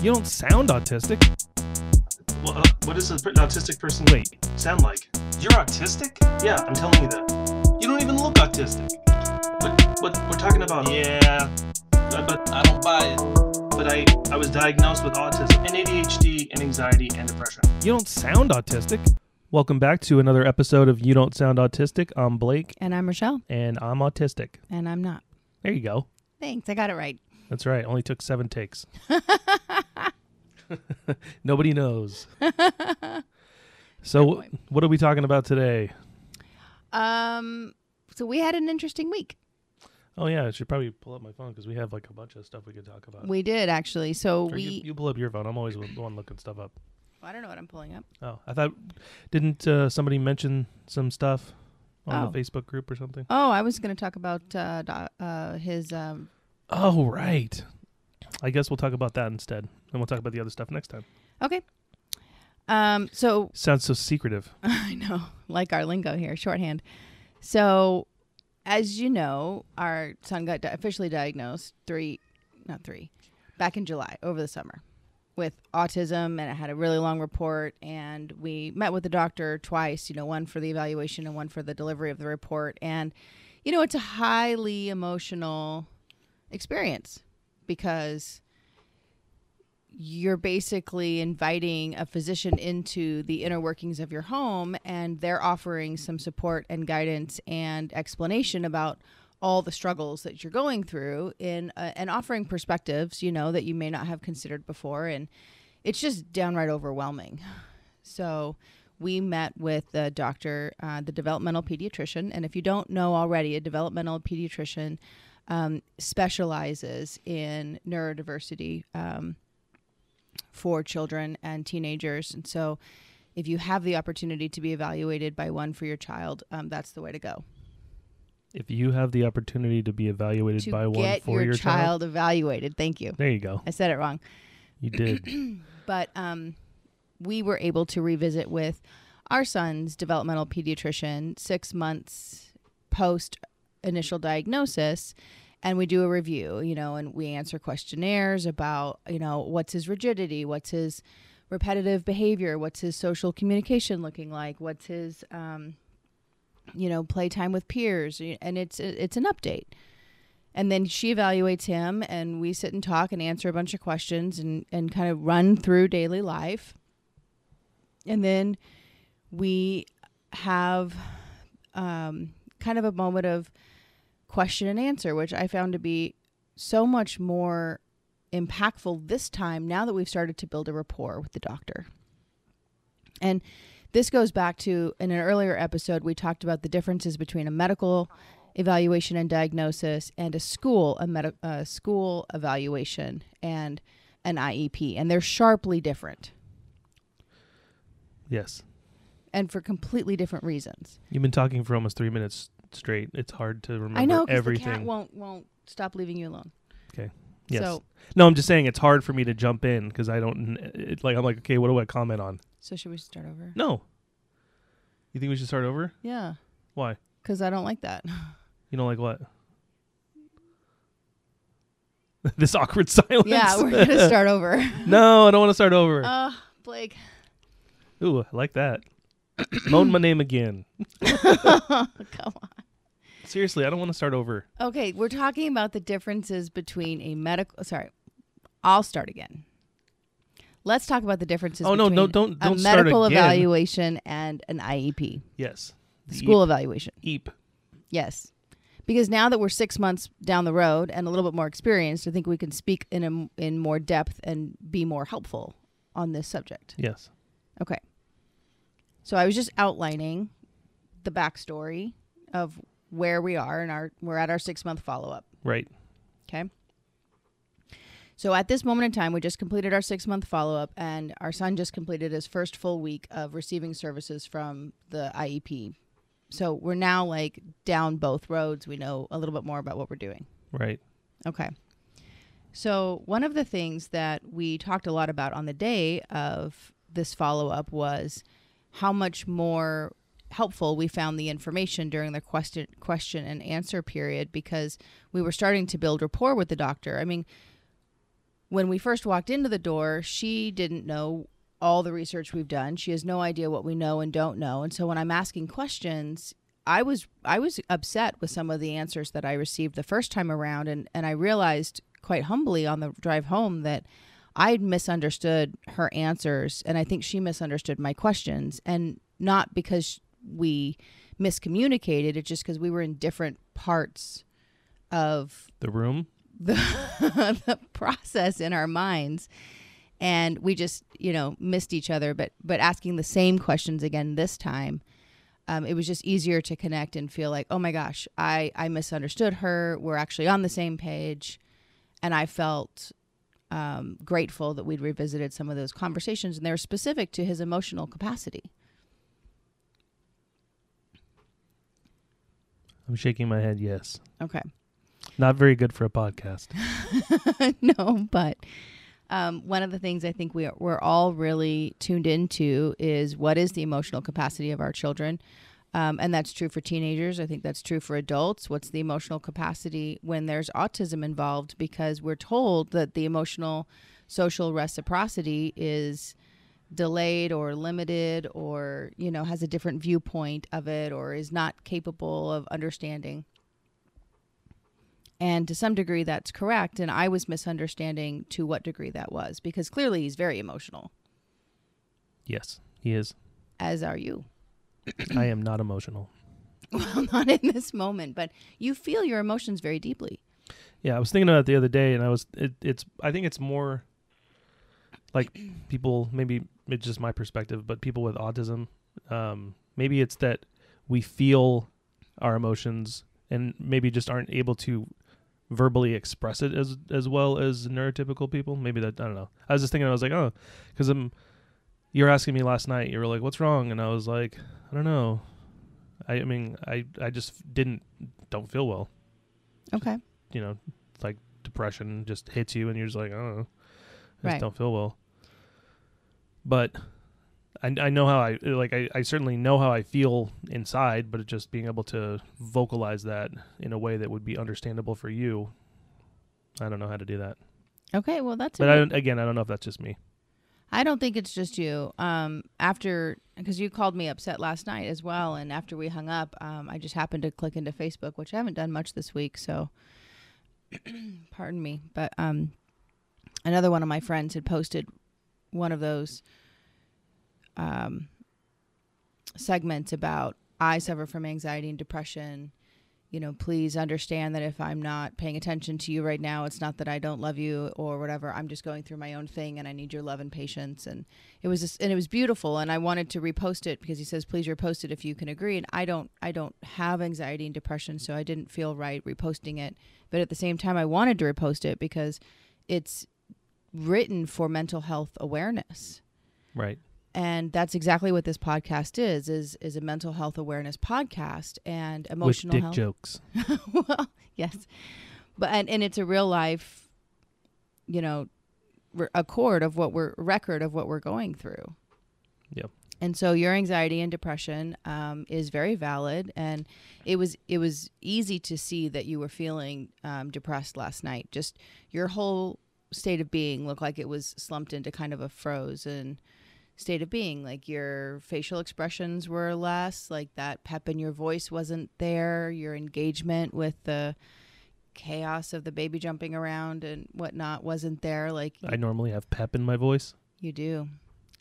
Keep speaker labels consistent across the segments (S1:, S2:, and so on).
S1: You don't sound autistic.
S2: Well, uh, what does an autistic person
S1: Wait,
S2: sound like?
S3: You're autistic?
S2: Yeah, I'm telling you that.
S3: You don't even look autistic.
S2: But but we're talking about.
S3: Yeah,
S2: But, but
S3: I don't buy it.
S2: but I I was diagnosed with autism and ADHD and anxiety and depression.
S1: you don't sound autistic. Welcome back to another episode of You Don't Sound Autistic. I'm Blake,
S4: And I'm Rochelle,
S1: and I'm autistic.
S4: and I'm not.
S1: There you go.
S4: Thanks, I got it right.
S1: That's right. Only took seven takes. Nobody knows. so, what are we talking about today?
S4: Um, so we had an interesting week.
S1: Oh yeah, I should probably pull up my phone because we have like a bunch of stuff we could talk about.
S4: We did actually. So
S1: Or
S4: we,
S1: you, you pull up your phone. I'm always the one looking stuff up.
S4: I don't know what I'm pulling up.
S1: Oh, I thought didn't uh, somebody mention some stuff on
S4: Oh.
S1: the Facebook group or something?
S4: Oh, I was going to talk about uh, do- uh his um.
S1: Oh right. I guess we'll talk about that instead, and we'll talk about the other stuff next time.
S4: Okay. Um. So
S1: Sounds so secretive.
S4: I know, like our lingo here, shorthand. So, as you know, our son got di- officially diagnosed three, not three, back in July over the summer with autism, and it had a really long report. And we met with the doctor twice, you know, one for the evaluation and one for the delivery of the report. And, you know, it's a highly emotional experience because you're basically inviting a physician into the inner workings of your home and they're offering some support and guidance and explanation about all the struggles that you're going through in uh, and offering perspectives you know that you may not have considered before and it's just downright overwhelming so we met with the doctor, uh, the developmental pediatrician. And if you don't know already, a developmental pediatrician um, specializes in neurodiversity um, for children and teenagers. And so if you have the opportunity to be evaluated by one for your child, um, that's the way to go.
S1: If you have the opportunity to be evaluated
S4: To
S1: by one
S4: get
S1: for
S4: your,
S1: your,
S4: child evaluated. Thank you.
S1: there you go.
S4: I said it wrong.
S1: You did.
S4: but um, we were able to revisit with our son's developmental pediatrician six months post initial diagnosis and we do a review you know and we answer questionnaires about you know what's his rigidity what's his repetitive behavior what's his social communication looking like what's his um, you know playtime with peers and it's it's an update and then she evaluates him and we sit and talk and answer a bunch of questions and, and kind of run through daily life and then we have um, kind of a moment of question and answer which i found to be so much more impactful this time now that we've started to build a rapport with the doctor and this goes back to in an earlier episode, we talked about the differences between a medical evaluation and diagnosis and a school a med- uh, school evaluation and an IEP, and they're sharply different
S1: yes.
S4: and for completely different reasons.
S1: You've been talking for almost three minutes straight. It's hard to remember
S4: I know because the
S1: everything.
S4: cat won't won't stop leaving you alone.
S1: yes.
S4: So
S1: No, I'm just saying it's hard for me to jump in because I don't. It, like I'm like, okay, what do I comment on?
S4: so should we start over?
S1: No. You think we should start over?
S4: Yeah,
S1: Why?
S4: because I don't like that.
S1: You don't like what? this awkward silence.
S4: yeah, we're gonna start over.
S1: no, I don't want to start over.
S4: Uh, Blake.
S1: Ooh, I like that. Moan my name again.
S4: Oh, Come on.
S1: Seriously, I don't want to start over.
S4: Okay, we're talking about the differences between a medical. Sorry, I'll start again. Let's talk about the differences.
S1: Oh, no, no,
S4: between
S1: don't- don't
S4: a
S1: start
S4: medical
S1: again.
S4: evaluation and an E IEP,
S1: Yes. The
S4: school evaluation.
S1: Eep. Eep.
S4: Yes, because now that we're six months down the road and a little bit more experienced, I think we can speak in a, in more depth and be more helpful on this subject.
S1: Yes.
S4: Okay. So I was just outlining the backstory of where we are and our we're at our six month follow up.
S1: Right.
S4: Okay. So at this moment in time, we just completed our six month follow up, and our son just completed his first full week of receiving services from the IEP. So we're now like down both roads. We know a little bit more about what we're doing.
S1: Right.
S4: Okay. So, one of the things that we talked a lot about on the day of this follow up was how much more helpful we found the information during the question question and answer period because we were starting to build rapport with the doctor. I mean, when we first walked into the door, she didn't know all the research we've done. She has no idea what we know and don't know. And so when I'm asking questions, I was I was upset with some of the answers that I received the first time around and and I realized quite humbly on the drive home that I had misunderstood her answers and I think she misunderstood my questions and not because we miscommunicated it's just because we were in different parts of
S1: The room.
S4: the, the process in our minds and we just you know missed each other but but asking the same questions again this time um, it was just easier to connect and feel like oh my gosh i i misunderstood her we're actually on the same page and i felt um, grateful that we'd revisited some of those conversations and they were specific to his emotional capacity
S1: I'm shaking my head. Yes.
S4: okay
S1: Not very good for a podcast.
S4: no, but um, one of the things I think we are, we're all really tuned into is what is the emotional capacity of our children. Um, and that's true for teenagers. I think that's true for adults. What's the emotional capacity when there's autism involved? Because we're told that the emotional social reciprocity is delayed or limited or, you know, has a different viewpoint of it or is not capable of understanding. And to some degree, that's correct. And I was misunderstanding to what degree that was because clearly he's very emotional,
S1: Yes, he is.
S4: as are you.
S1: I am not emotional.
S4: Well, not in this moment, but you feel your emotions very deeply.
S1: Yeah, I was thinking about it the other day, and I was it, it's I think it's more like people maybe it's just my perspective, but people with autism, um, maybe it's that we feel our emotions and maybe just aren't able to verbally express it as as well as neurotypical people. Maybe that I don't know. I was just thinking I was like oh, because I'm you were asking me last night. You were like, "What's wrong?" And I was like, "I don't know." I, I mean, I I just didn't don't feel well
S4: Okay.
S1: you know, like depression just hits you and you're just like, I don't know, I
S4: Right.
S1: just don't feel well. But I, I know how I like. I, I certainly know how I feel inside, but it just being able to vocalize that in a way that would be understandable for you, I don't know how to do that.
S4: Okay. Well, that's
S1: But
S4: a
S1: I
S4: good-
S1: don't, again, I don't know if that's just me.
S4: I don't think it's just you. Um, after because you called me upset last night as well, and after we hung up, um, I just happened to click into Facebook, which I haven't done much this week, so pardon me. But um, another one of my friends had posted one of those um, segments about I suffer from anxiety and depression. You know, please understand that if I'm not paying attention to you right now, it's not that I don't love you or whatever. I'm just going through my own thing and I need your love and patience. And it was just, and it was beautiful. And I wanted to repost it because he says, please repost it if you can agree. And I don't, I don't have anxiety and depression, so I didn't feel right reposting it. But at the same time, I wanted to repost it because it's written for mental health awareness
S1: Right.
S4: and that's exactly what this podcast is is is a mental health awareness podcast and emotional
S1: With dick
S4: health
S1: jokes.
S4: well, yes, but and, and it's a real life, you know, re- accord of what we're record of what we're going through.
S1: Yep.
S4: And so your anxiety and depression um, is very valid, and it was it was easy to see that you were feeling um, depressed last night. Just your whole state of being looked like it was slumped into kind of a froze and state of being like your facial expressions were less like that pep in your voice wasn't there your engagement with the chaos of the baby jumping around and whatnot wasn't there like
S1: I normally have pep in my voice.
S4: you do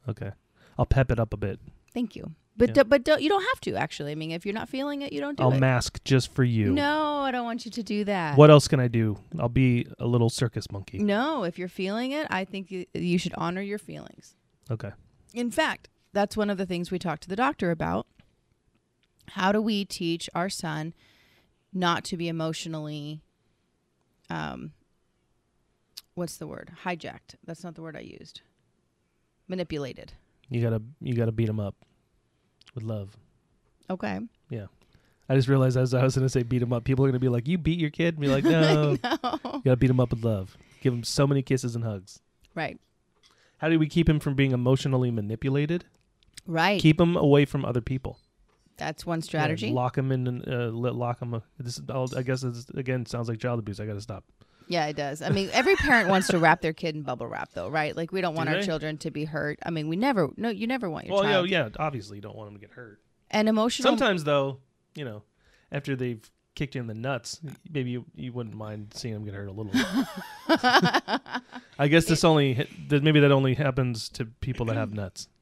S1: Okay. I'll pep it up a bit.
S4: thank you but
S1: Yeah.
S4: do, but don't, you don't have to actually i mean if you're not feeling it you don't do
S1: I'll
S4: it
S1: mask just for you.
S4: no i don't want you to do that
S1: What else can I do? I'll be a little circus monkey.
S4: no if you're feeling it i think you, you should honor your feelings
S1: Okay.
S4: In fact, that's one of the things we talked to the doctor about. How do we teach our son not to be emotionally, um, what's the word? Hijacked. That's not the word I used. Manipulated.
S1: You gotta you gotta beat him up with love.
S4: Okay.
S1: I just realized as I was gonna say beat him up, people are gonna be like, "You beat your kid," and be like, "No, you
S4: No.
S1: gotta beat him up with love. Give him so many kisses and hugs."
S4: Right.
S1: How do we keep him from being emotionally manipulated?
S4: Right.
S1: Keep him away from other people.
S4: that's one strategy.
S1: uh, Yeah, lock him in. and, Uh, let lock him. This is, I'll, I guess this again sounds like child abuse. I gotta stop.
S4: Yeah, it does. I mean, every parent wants to wrap their kid in bubble wrap, though, right? Like, we don't want our
S1: they?
S4: children to be hurt. I mean, we never, no, you never want your
S1: well, yeah,
S4: child.
S1: yeah. Obviously, you don't want them to get hurt.
S4: And emotional.
S1: Sometimes, though, you know, after they've kicked you in the nuts, maybe you, you wouldn't mind seeing them get hurt a little. I guess this only hit- that maybe that only happens to people that have nuts.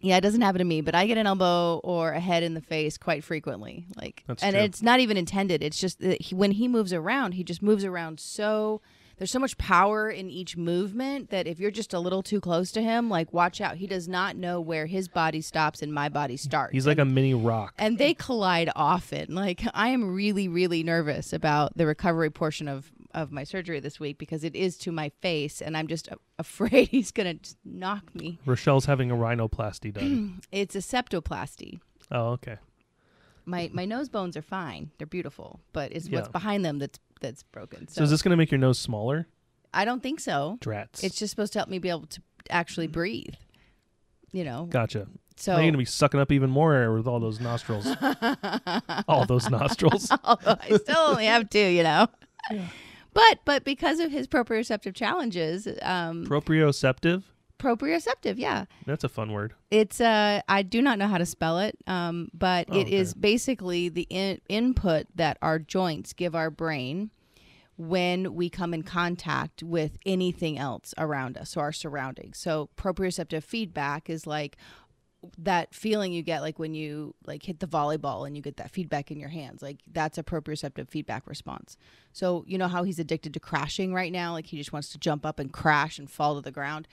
S4: Yeah, it doesn't happen to me, but I get an elbow or a head in the face quite frequently. Like,
S1: That's
S4: and
S1: true.
S4: it's not even intended. It's just that he, when he moves around, he just moves around so. There's so much power in each movement that if you're just a little too close to him, like watch out. He does not know where his body stops and my body starts.
S1: He's like a mini rock.
S4: and they collide often. Like I am really, really nervous about the recovery portion of of my surgery this week because it is to my face, and I'm just a- afraid he's gonna just knock me.
S1: Rochelle's having a rhinoplasty done.
S4: It's a septoplasty.
S1: oh, okay.
S4: My my nose bones are fine; they're beautiful, but it's what's
S1: Yeah.
S4: behind them that's that's broken.
S1: So
S4: So,
S1: is this going to make your nose smaller?
S4: I don't think so.
S1: Drats.
S4: It's just supposed to help me be able to actually breathe. You know,
S1: gotcha.
S4: so
S1: now you're going to be sucking up even more air with all those nostrils. all those nostrils.
S4: although I still only have two, you know. But but because of his proprioceptive challenges, um,
S1: Proprioceptive.
S4: proprioceptive yeah
S1: That's a fun word.
S4: it's uh i do not know how to spell it um but
S1: Oh,
S4: it is
S1: okay.
S4: basically the in- input that our joints give our brain when we come in contact with anything else around us or our surroundings so proprioceptive feedback is like that feeling you get like when you like hit the volleyball and you get that feedback in your hands like that's a proprioceptive feedback response so you know how he's addicted to crashing right now like he just wants to jump up and crash and fall to the ground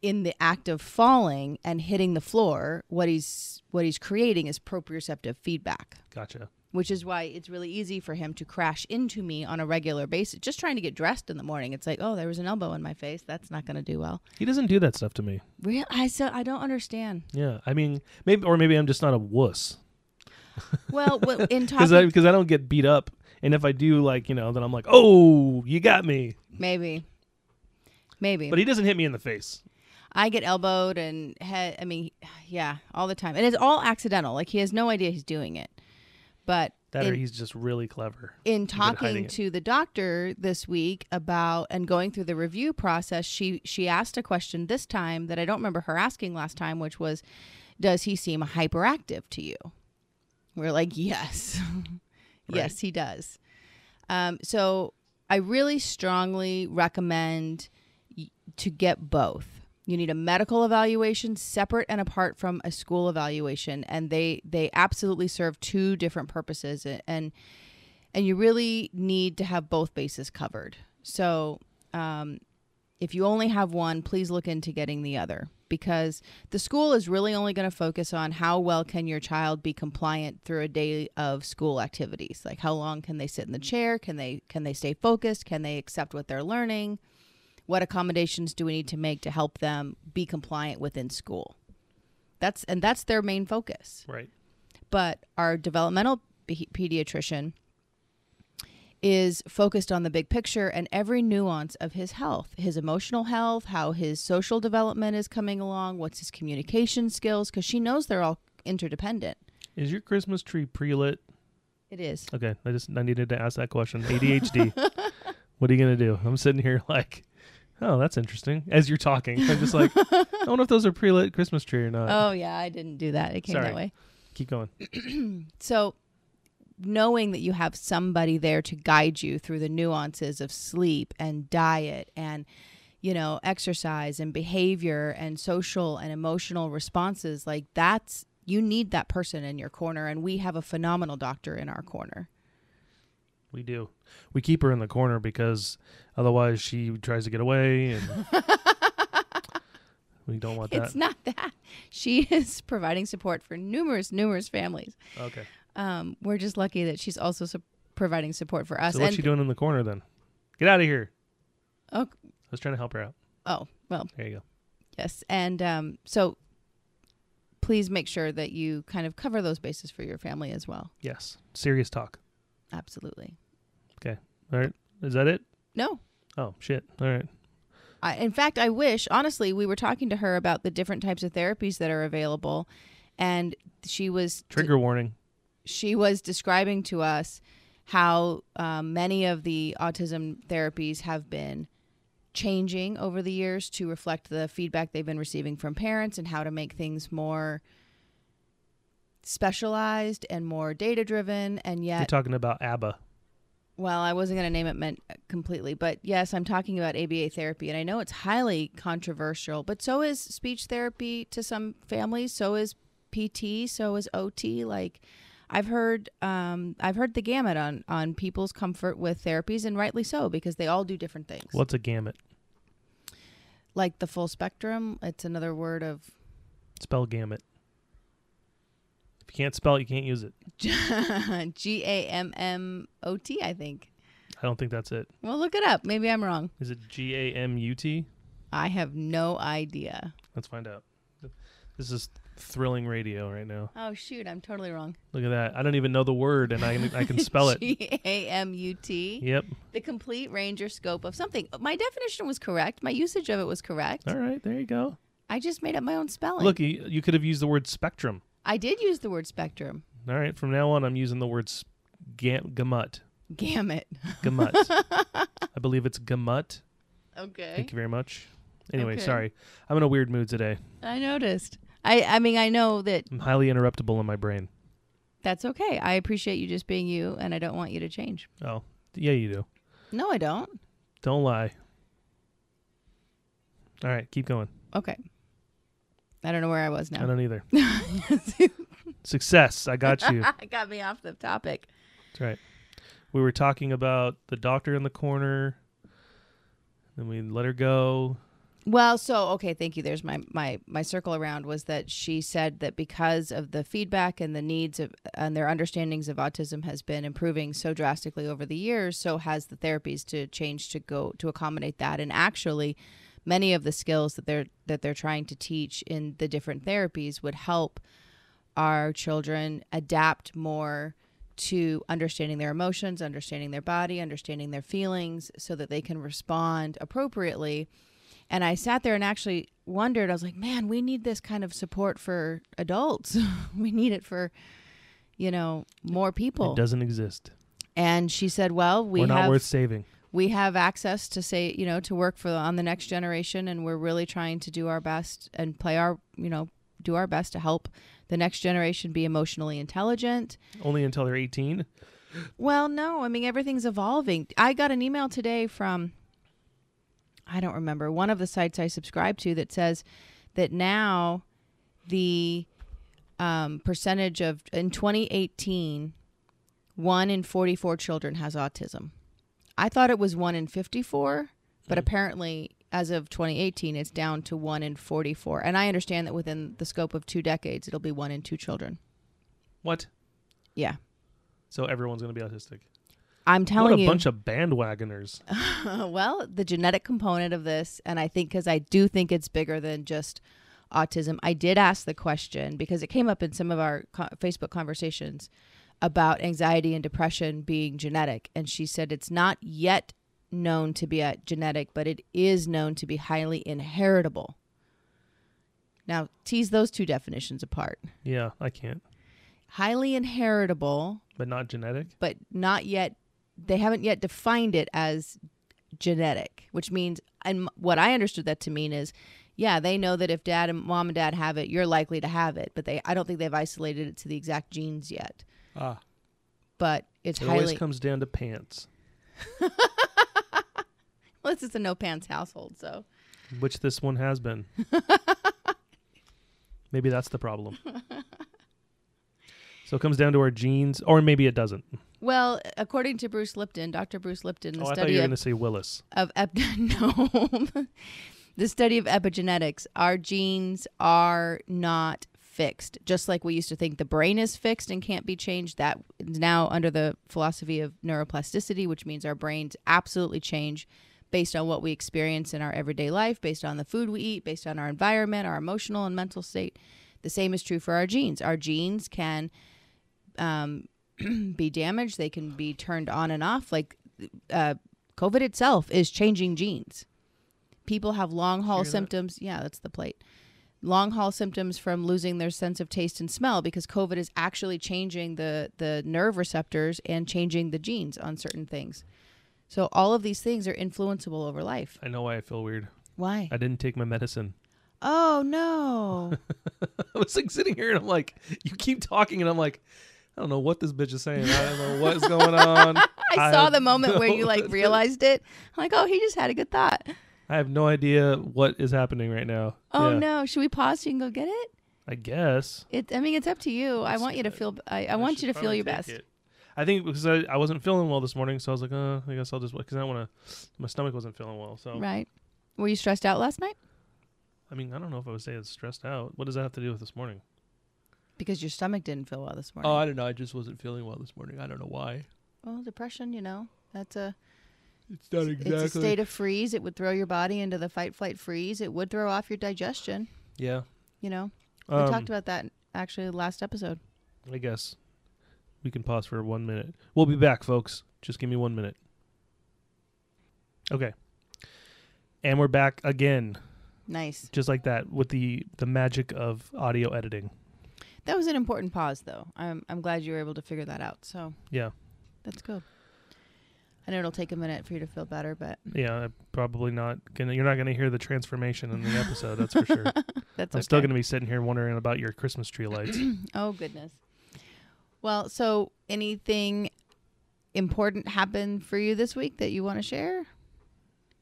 S4: in the act of falling and hitting the floor, what he's what he's creating is proprioceptive feedback,
S1: Gotcha.
S4: which is why it's really easy for him to crash into me on a regular basis. Just trying to get dressed in the morning, it's like, oh, there was an elbow in my face. That's not going to do well.
S1: He doesn't do that stuff to me.
S4: Real, I so I don't understand.
S1: Yeah. I mean, maybe, or maybe I'm just not a wuss.
S4: Well, well in
S1: because
S4: talking,
S1: I because I don't get beat up, and if I do, like you know, then I'm like, oh, you got me.
S4: maybe, maybe,
S1: But he doesn't hit me in the face.
S4: I get elbowed and head. I mean, yeah, all the time, and it's all accidental. Like he has no idea he's doing it, but
S1: That
S4: in-
S1: or he's just really clever. hiding
S4: in talking
S1: it.
S4: to the doctor this week about and going through the review process, she she asked a question this time that I don't remember her asking last time, which was, "Does he seem hyperactive to you?" We're like, "Yes, yes, he does." Um, so I really strongly recommend y- to get both. You need a medical evaluation separate and apart from a school evaluation, and they they absolutely serve two different purposes. A- And and you really need to have both bases covered. So, um, if you only have one, please look into getting the other because the school is really only going to focus on how well can your child be compliant through a day of school activities. Like how long can they sit in the chair? Can they can they stay focused? Can they accept what they're learning? What accommodations do we need to make to help them be compliant within school? That's and that's their main focus
S1: Right.
S4: but our developmental pe- pediatrician is focused on the big picture and every nuance of his health, his emotional health, how his social development is coming along, what's his communication skills, because she knows they're all interdependent.
S1: Is your Christmas tree pre-lit?
S4: It is.
S1: Okay, I just I needed to ask that question. ADHD. what are you gonna do? I'm sitting here like, oh, that's interesting. As you're talking, I'm just like, I don't know if those are pre-lit Christmas tree or not.
S4: Oh, yeah, I didn't do that. It came
S1: Sorry.
S4: that way.
S1: Keep going.
S4: So, knowing that you have somebody there to guide you through the nuances of sleep and diet and you know exercise and behavior and social and emotional responses like that's you need that person in your corner and we have a phenomenal doctor in our corner
S1: We do. We keep her in the corner because otherwise she tries to get away, and we don't want that.
S4: it's not that she is providing support for numerous numerous families
S1: okay.
S4: um, we're just lucky that she's also su- providing support for us
S1: So what's
S4: and
S1: she doing in the corner then? Get out of here.
S4: oh,
S1: I was trying to help her out.
S4: oh well
S1: There you go.
S4: Yes, and um, so please make sure that you kind of cover those bases for your family as well.
S1: Yes. Serious talk.
S4: Absolutely.
S1: All right. Is that it?
S4: No.
S1: Oh shit. All right.
S4: I, in fact, I wish, honestly, we were talking to her about the different types of therapies that are available, and she was
S1: Trigger warning.
S4: she was describing to us how um, many of the autism therapies have been changing over the years to reflect the feedback they've been receiving from parents and how to make things more specialized and more data driven and
S1: You're
S4: yet
S1: talking about ABBA.
S4: well, I wasn't going to name it meant completely, but yes, I'm talking about ABA therapy, and I know it's highly controversial, but so is speech therapy to some families, so is PT, so is OT. Like, I've heard, um, I've heard the gamut on on people's comfort with therapies, and rightly so because they all do different things.
S1: What's a gamut?
S4: Like the full spectrum, it's another word of
S1: Spell gamut. If you can't spell it, you can't use it.
S4: G A M M O T. I think.
S1: I don't think that's it.
S4: Well, look it up. Maybe I'm wrong.
S1: Is it G A M U T?
S4: I have no idea.
S1: Let's find out. This is thrilling radio right now.
S4: Oh shoot, I'm totally wrong.
S1: Look at that. I don't even know the word, and I can, I can spell it.
S4: G A M U T.
S1: Yep.
S4: The complete range or scope of something. My definition was correct. My usage of it was correct.
S1: All right. There you go.
S4: I just made up my own spelling.
S1: Look, you, you could have used the word spectrum.
S4: I did use the word spectrum.
S1: All right. From now on, I'm using the word s- gam- gamut.
S4: Gamut.
S1: Gamut. I believe it's gamut.
S4: Okay.
S1: Thank you very much. Anyway,
S4: Okay.
S1: sorry. I'm in a weird mood today.
S4: I noticed. I, I mean, I know that
S1: I'm highly interruptible in my brain.
S4: that's okay. I appreciate you just being you, and I don't want you to change.
S1: Oh, yeah, you do.
S4: No, I don't.
S1: Don't lie. All right, keep going.
S4: Okay. I don't know where I was
S1: I
S4: now.
S1: don't either. Success. I got you. That's
S4: It got me off the topic.
S1: right. We were talking about the doctor in the corner. Then we let her go.
S4: Well, so okay, thank you. There's my my my circle around was that she said that because of the feedback and the needs of and their understandings of autism has been improving so drastically over the years, so has the therapies to change to go to accommodate that. And actually, many of the skills that they're that they're trying to teach in the different therapies would help our children adapt more to understanding their emotions, understanding their body, understanding their feelings so that they can respond appropriately. And I sat there and actually wondered, I was like, man, we need this kind of support for adults. we need it for, you know, more
S1: It
S4: people.
S1: doesn't exist.
S4: And she said, well, we
S1: We are
S4: have
S1: not worth saving.
S4: we have access to say you know to work for on the next generation and we're really trying to do our best and play our you know do our best to help the next generation be emotionally intelligent
S1: Only until they're 18.
S4: well, no, I mean everything's evolving. I got an email today from I don't remember one of the sites I subscribe to that says that now the um, percentage of in 2018, one in 44 children has autism. I thought it was one in 54, but
S1: Hmm.
S4: apparently as of 2018, it's down to one in 44. And I understand that within the scope of two decades, it'll be one in two children.
S1: What?
S4: Yeah,
S1: So everyone's going to be autistic.
S4: I'm telling
S1: what a
S4: you. Uh.
S1: bunch of bandwagoners.
S4: Well, the genetic component of this, and I think because I do think it's bigger than just autism. I did ask the question because it came up in some of our co- Facebook conversations about anxiety and depression being genetic, and she said it's not yet known to be a genetic, but it is known to be highly inheritable. Now, tease those two definitions apart.
S1: Yeah, I can't.
S4: Highly inheritable
S1: But not genetic.
S4: but not yet they haven't yet defined it as genetic which means and what i understood that to mean is yeah they know that if dad and mom and dad have it you're likely to have it but they i don't think they've isolated it to the exact genes yet
S1: Ah.
S4: but it's
S1: It
S4: highly
S1: always comes down to pants,
S4: well this is a no pants household so
S1: which this one has been. maybe that's the problem. so it comes down to our genes, or maybe it doesn't.
S4: well according to bruce lipton dr bruce lipton the
S1: oh, I thought
S4: study
S1: you were
S4: of
S1: going to say Willis.
S4: of ep- no. the study of epigenetics our genes are not fixed just like we used to think the brain is fixed and can't be changed that is now under the philosophy of neuroplasticity which means our brains absolutely change based on what we experience in our everyday life based on the food we eat based on our environment our emotional and mental state the same is true for our genes our genes can um, be damaged they can be turned on and off like uh, COVID itself is changing genes. People have long haul symptoms. Yeah, that's the plate. long haul symptoms from losing their sense of taste and smell because COVID is actually changing the the nerve receptors and changing the genes on certain things. So all of these things are influenceable over life.
S1: I know why I feel weird.
S4: Why?
S1: I didn't take my medicine.
S4: Oh no.
S1: I was like sitting here and I'm like, you keep talking and I'm like, I don't know what this bitch is saying. I don't know what is going on.
S4: I saw
S1: have
S4: the moment where
S1: no-
S4: you like realized it. I'm like, oh, he just had a good thought.
S1: I have no idea what is happening right now.
S4: Oh
S1: Yeah.
S4: no, should we pause so you can go get it?
S1: I guess.
S4: It. I mean, it's up to you. I want you to feel. I, I want
S1: should
S4: you to feel
S1: probably
S4: your
S1: take
S4: best.
S1: it. I think because I, I wasn't feeling well this morning, so I was like, uh, I guess I'll just because I don't want to. My stomach wasn't feeling well, so
S4: Right. Were you stressed out last night?
S1: I mean, I don't know if I would say it's stressed out. What does that have to do with this morning?
S4: Because your stomach didn't feel well this morning.
S1: Oh, I don't know. I just wasn't feeling well this morning. I don't know why.
S4: well, depression, you know, that's a
S1: It's not
S4: it's a state of freeze. It would throw your body into the fight flight freeze. It would throw off your digestion.
S1: yeah,
S4: You know, we
S1: um,
S4: talked about that actually last episode.
S1: I guess we can pause for one minute. We'll be back, folks. Just give me one minute. Okay, and we're back again,
S4: Nice.
S1: just like that, with the the magic of audio editing.
S4: That was an important pause, though. I'm I'm glad you were able to figure that out. So
S1: Yeah,
S4: that's good. I know it'll take a minute for you to feel better, but
S1: yeah. I'm Probably not gonna. You're not gonna hear the transformation in the episode. That's for sure.
S4: that's
S1: I'm
S4: okay.
S1: still gonna be sitting here wondering about your Christmas tree lights.
S4: Oh goodness. Well, so anything important happened for you this week that you want to share?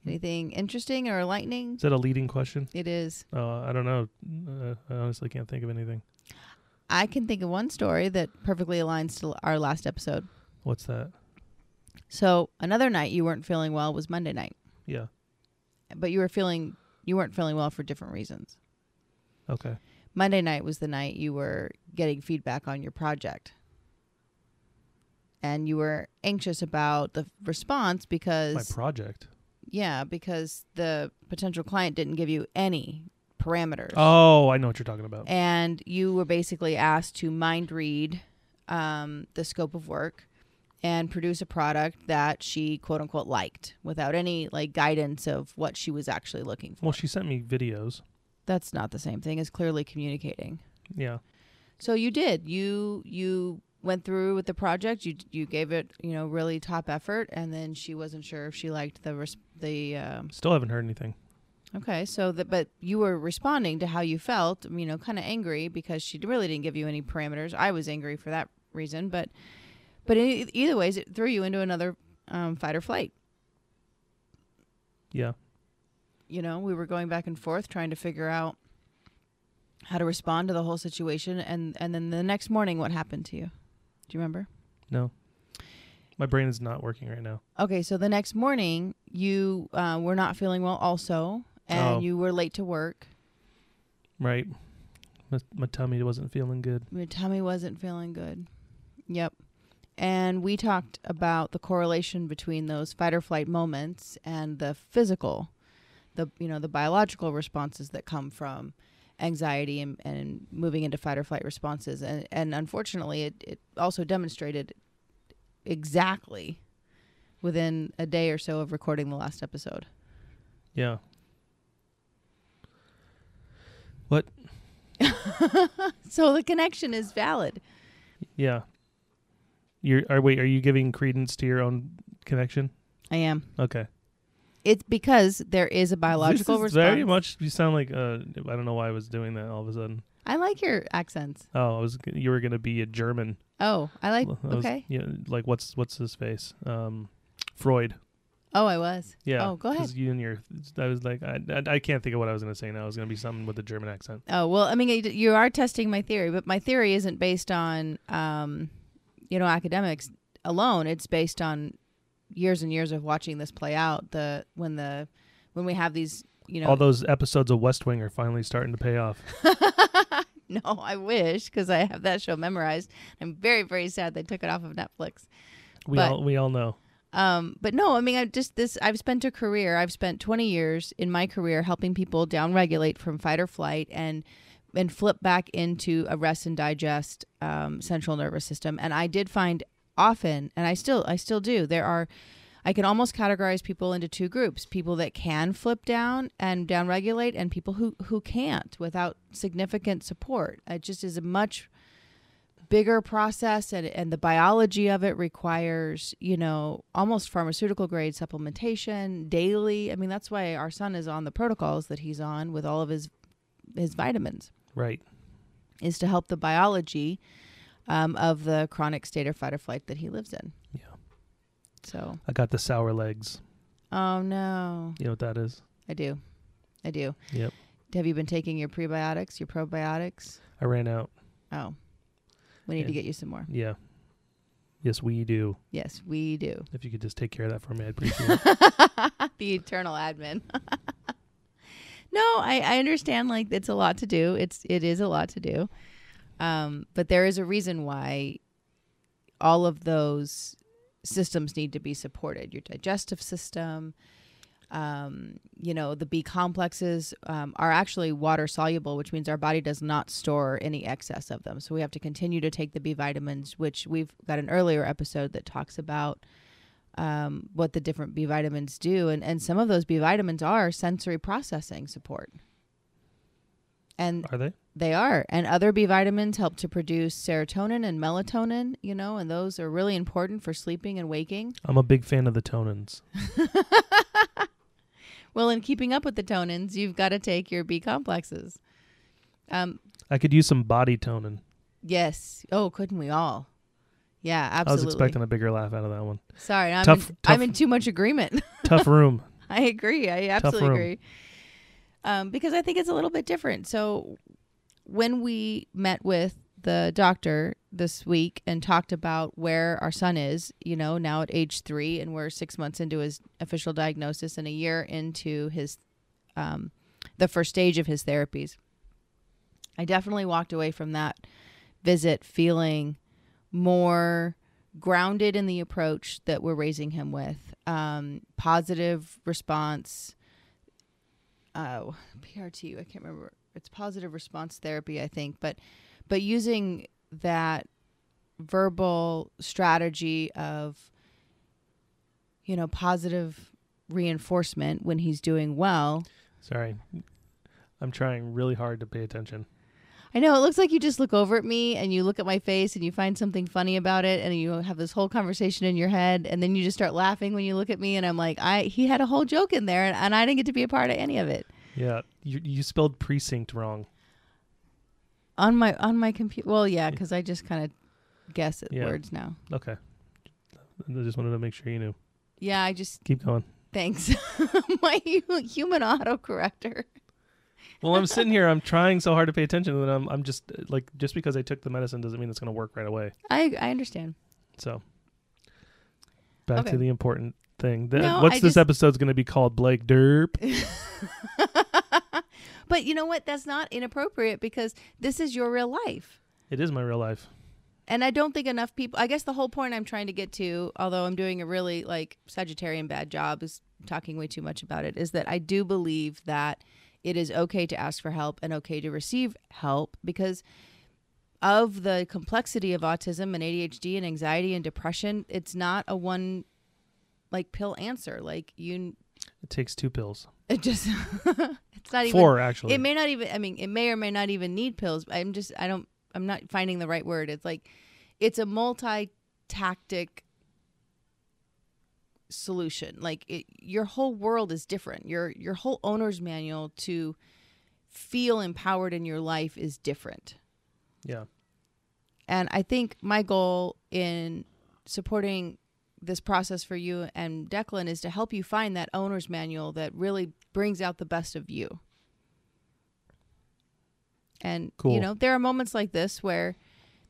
S4: Anything interesting or enlightening?
S1: Is that a leading question?
S4: It is.
S1: Uh, I don't know. Uh, I honestly can't think of anything.
S4: I can think of one story that perfectly aligns to our last episode.
S1: What's that?
S4: So another night you weren't feeling well was Monday night,
S1: Yeah.
S4: but you were feeling you weren't feeling well for different reasons.
S1: Okay.
S4: Monday night was the night you were getting feedback on your project. And you were anxious about the response because
S1: My project.
S4: Yeah, because the potential client didn't give you any parameters.
S1: Oh, I know what you're talking about.
S4: And you were basically asked to mind read um, the scope of work and produce a product that she quote unquote liked without any like guidance of what she was actually looking for.
S1: Well, she sent me videos.
S4: That's not the same thing as clearly communicating.
S1: Yeah.
S4: So you did. You you went through with the project. You you gave it, you know, really top effort and then she wasn't sure if she liked the res- the um,
S1: Still haven't heard anything.
S4: Okay, so that but you were responding to how you felt, you know, kind of angry because she really didn't give you any parameters. I was angry for that reason, but but e either ways, it threw you into another um, fight or flight.
S1: Yeah.
S4: You know, we were going back and forth trying to figure out how to respond to the whole situation, and and then the next morning, what happened to you? Do you remember?
S1: No. My brain is not working right now.
S4: Okay, so the next morning, you uh, were not feeling well, also, and
S1: Oh.
S4: you were late to work.
S1: Right. My, my tummy wasn't feeling good.
S4: My tummy wasn't feeling good. Yep. And we talked about the correlation between those fight or flight moments and the physical, the you know, the biological responses that come from anxiety and, and moving into fight or flight responses. And and unfortunately it, it also demonstrated exactly within a day or so of recording the last episode.
S1: Yeah. What?
S4: So the connection is valid.
S1: Yeah. You're are wait, are you giving credence to your own connection?
S4: I am.
S1: Okay.
S4: It's because there is a
S1: this
S4: biological
S1: is
S4: response.
S1: Very much. You sound like uh, I don't know why I was doing that all of a sudden.
S4: I like your accents.
S1: Oh, I was. g- You were gonna be a German.
S4: Oh, I like.
S1: L- I was-
S4: Okay.
S1: Yeah. Like what's what's his face? Um, Freud.
S4: Oh, I was.
S1: Yeah.
S4: Oh, go ahead.
S1: 'cause You and your. I was like, I, I, I can't think of what I was gonna say now. It was gonna be something with a German accent.
S4: Oh well, I mean, you- you are testing my theory, but my theory isn't based on, um, you know, academics alone. It's based on years and years of watching this play out. The when the when we have these, you know,
S1: All those episodes of West Wing are finally starting to pay off.
S4: no, I wish because I have that show memorized. I'm very very sad they took it off of Netflix.
S1: We
S4: But-
S1: all we all know.
S4: Um, but no, I mean, I just this. I've spent a career. I've spent 20 years in my career helping people downregulate from fight or flight and and flip back into a rest and digest um, central nervous system. And I did find often, and I still I still do. There are. I can almost categorize people into two groups: people that can flip down and downregulate, and people who who can't without significant support. It just is a much bigger process, and and the biology of it requires you know almost pharmaceutical grade supplementation daily. I mean, that's why our son is on the protocols that he's on with all of his his vitamins
S1: Right.
S4: is to help the biology um, of the chronic state or fight or flight that he lives in.
S1: Yeah.
S4: So,
S1: I got the sour legs.
S4: oh no,
S1: You know what that is?
S4: I do, I do.
S1: Yep.
S4: Have you been taking your prebiotics, your probiotics?
S1: I ran out.
S4: Oh, we need to
S1: Yeah.
S4: get you some more.
S1: Yeah. Yes, we do.
S4: Yes, we do.
S1: If you could just take care of that for me, I'd appreciate it.
S4: the eternal admin. no, I, I understand. Like it's a lot to do. It's it is a lot to do. Um, but there is a reason why all of those systems need to be supported. Your digestive system, um, you know, the B complexes um, are actually water soluble, which means our body does not store any excess of them. So we have to continue to take the B vitamins, which we've got an earlier episode that talks about um, what the different B vitamins do. And, and some of those B vitamins are sensory processing support. And
S1: Are they?
S4: they are. And other B vitamins help to produce serotonin and melatonin, you know, and those are really important for sleeping and waking.
S1: I'm a big fan of the tonins.
S4: Well, in keeping up with the tonins, you've got to take your B complexes. Um,
S1: I could use some body tonin.
S4: yes. Oh, couldn't we all? Yeah,
S1: I was
S4: absolutely.
S1: expecting a bigger laugh out of that one.
S4: Sorry, I'm,
S1: Tough-
S4: in,
S1: tough-
S4: I'm in too much agreement.
S1: Tough room.
S4: I agree. I absolutely
S1: room.
S4: agree. Um, because I think it's a little bit different. So when we met with the doctor this week and talked about where our son is, you know, now at age three, and we're six months into his official diagnosis and a year into his um, the first stage of his therapies. I definitely walked away from that visit feeling more grounded in the approach that we're raising him with. Um, positive response. Oh, PRT. I can't remember. It's positive response therapy, I think. But but using that verbal strategy of you know positive reinforcement when he's doing well.
S1: Sorry. I'm trying really hard to pay attention.
S4: I know it looks like you just look over at me and you look at my face and you find something funny about it and you have this whole conversation in your head and then you just start laughing when you look at me and I'm like, I he had a whole joke in there and, and I didn't get to be a part of any of it
S1: Yeah. You, you spelled precinct wrong.
S4: on my on my computer. Well, yeah, because I just kind of guess at
S1: Yeah.
S4: words now.
S1: Okay. I just wanted to make sure you knew.
S4: Yeah, I just
S1: Keep going.
S4: thanks my hu- human autocorrector.
S1: Well, I'm sitting here. I'm trying so hard to pay attention, and I'm I'm just uh, like just because I took the medicine doesn't mean it's going to work right away.
S4: I I understand.
S1: So back
S4: Okay.
S1: to the important thing. The-
S4: No,
S1: what's
S4: I
S1: this
S4: just-
S1: episode's going to be called? Blake Derp.
S4: But you know what? That's not inappropriate because this is your real life.
S1: it is my real life.
S4: and I don't think enough people. I guess the whole point I'm trying to get to, although I'm doing a really like Sagittarian bad job, is talking way too much about it. Is that I do believe that it is okay to ask for help and okay to receive help because of the complexity of autism and ADHD and anxiety and depression. It's not a one like pill answer. Like you,
S1: It takes two pills,
S4: it just it's not even
S1: four actually.
S4: it may not even. I mean, it may or may not even need pills. but I'm just. I don't. I'm not finding the right word. It's like, it's a multi-tactic solution. Like it, your whole world is different. Your your whole owner's manual to feel empowered in your life is different.
S1: yeah,
S4: And I think my goal in supporting this process for you and Declan is to help you find that owner's manual that really brings out the best of you. And
S1: Cool.
S4: you know, there are moments like this where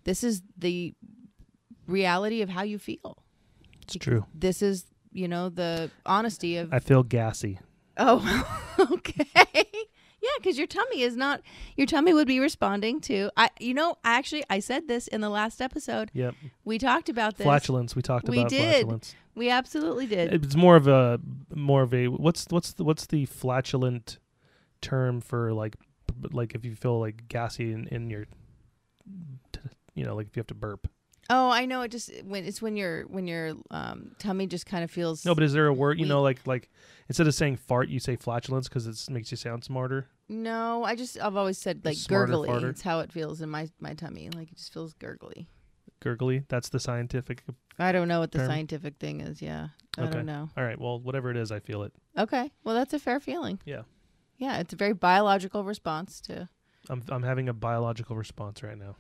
S4: this is the reality of how you feel.
S1: it's true.
S4: This is, you know, the honesty of
S1: I feel gassy.
S4: Oh, okay. Yeah, because your tummy is not your tummy would be responding to I you know actually I said this in the last episode
S1: Yep,
S4: we talked about this.
S1: flatulence. We talked
S4: We
S1: about
S4: did.
S1: flatulence.
S4: We absolutely did.
S1: It's more of a more of a what's what's the, what's the flatulent term for like b- like if you feel like gassy in, in your t- you know like if you have to burp.
S4: Oh, I know. It just when it's when your when your um, tummy just kind of feels.
S1: No, but is there a word you know like like instead of saying fart, you say flatulence because it makes you sound smarter?
S4: No, I just I've always said like
S1: smarter
S4: gurgly.
S1: farter.
S4: It's how it feels in my my tummy. Like it just feels gurgly.
S1: Gurgly. That's the scientific.
S4: I don't know what the
S1: Term?
S4: scientific thing is. Yeah, I
S1: Okay.
S4: don't know.
S1: All right. Well, whatever it is, I feel it.
S4: Okay, well that's a fair feeling.
S1: Yeah.
S4: Yeah, it's a very biological response to.
S1: I'm I'm having a biological response right now.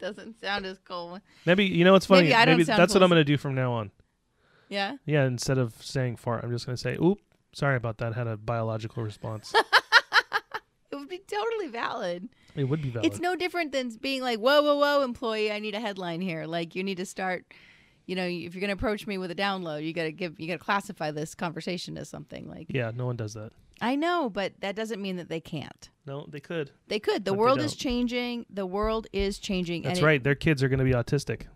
S4: Doesn't sound as cool.
S1: Maybe you know what's funny.
S4: Maybe I don't sound
S1: that's
S4: cool.
S1: what I'm gonna do from now on.
S4: Yeah.
S1: Yeah, instead of saying fart, I'm just gonna say oop. Sorry about that. Had a biological response.
S4: It would be totally valid.
S1: it would be valid.
S4: It's no different than being like, whoa, whoa, whoa, employee, I need a headline here. Like, you need to start, you know, if you're going to approach me with a download, you got to give, you got to classify this conversation as something. Like,
S1: yeah, no one does that.
S4: I know, but that doesn't mean that they can't.
S1: No, they could.
S4: They could. The
S1: But they
S4: world is
S1: don't.
S4: changing. The world is changing.
S1: That's
S4: and it-
S1: right. Their kids are gonna be autistic.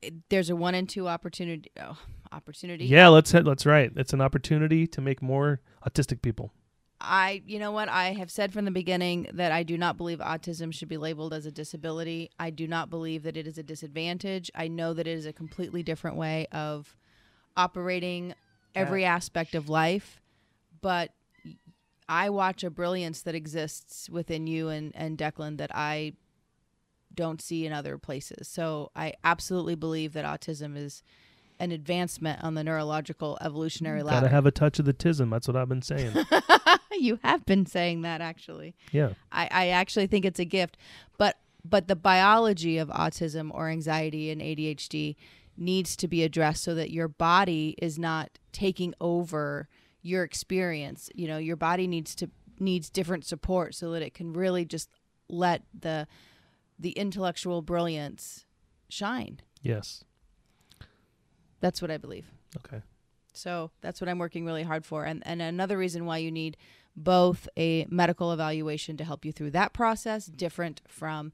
S4: it- there's a one in two opportunity. Oh, opportunity.
S1: Yeah, let's hit. Let's right. It's an opportunity to make more autistic people.
S4: I, you know what? I have said from the beginning that I do not believe autism should be labeled as a disability. I do not believe that it is a disadvantage. I know that it is a completely different way of operating every aspect of life, but I watch a brilliance that exists within you and, and Declan that I don't see in other places. So I absolutely believe that autism is an advancement on the neurological evolutionary
S1: Gotta
S4: ladder.
S1: have a touch of the tism. That's what I've been saying.
S4: you have been saying that actually.
S1: yeah.
S4: I, I actually think it's a gift. But but the biology of autism or anxiety and ADHD needs to be addressed so that your body is not taking over your experience. You know, your body needs to needs different support so that it can really just let the the intellectual brilliance shine.
S1: Yes.
S4: That's what I believe.
S1: Okay.
S4: So that's what I'm working really hard for. And, and another reason why you need both a medical evaluation to help you through that process, different from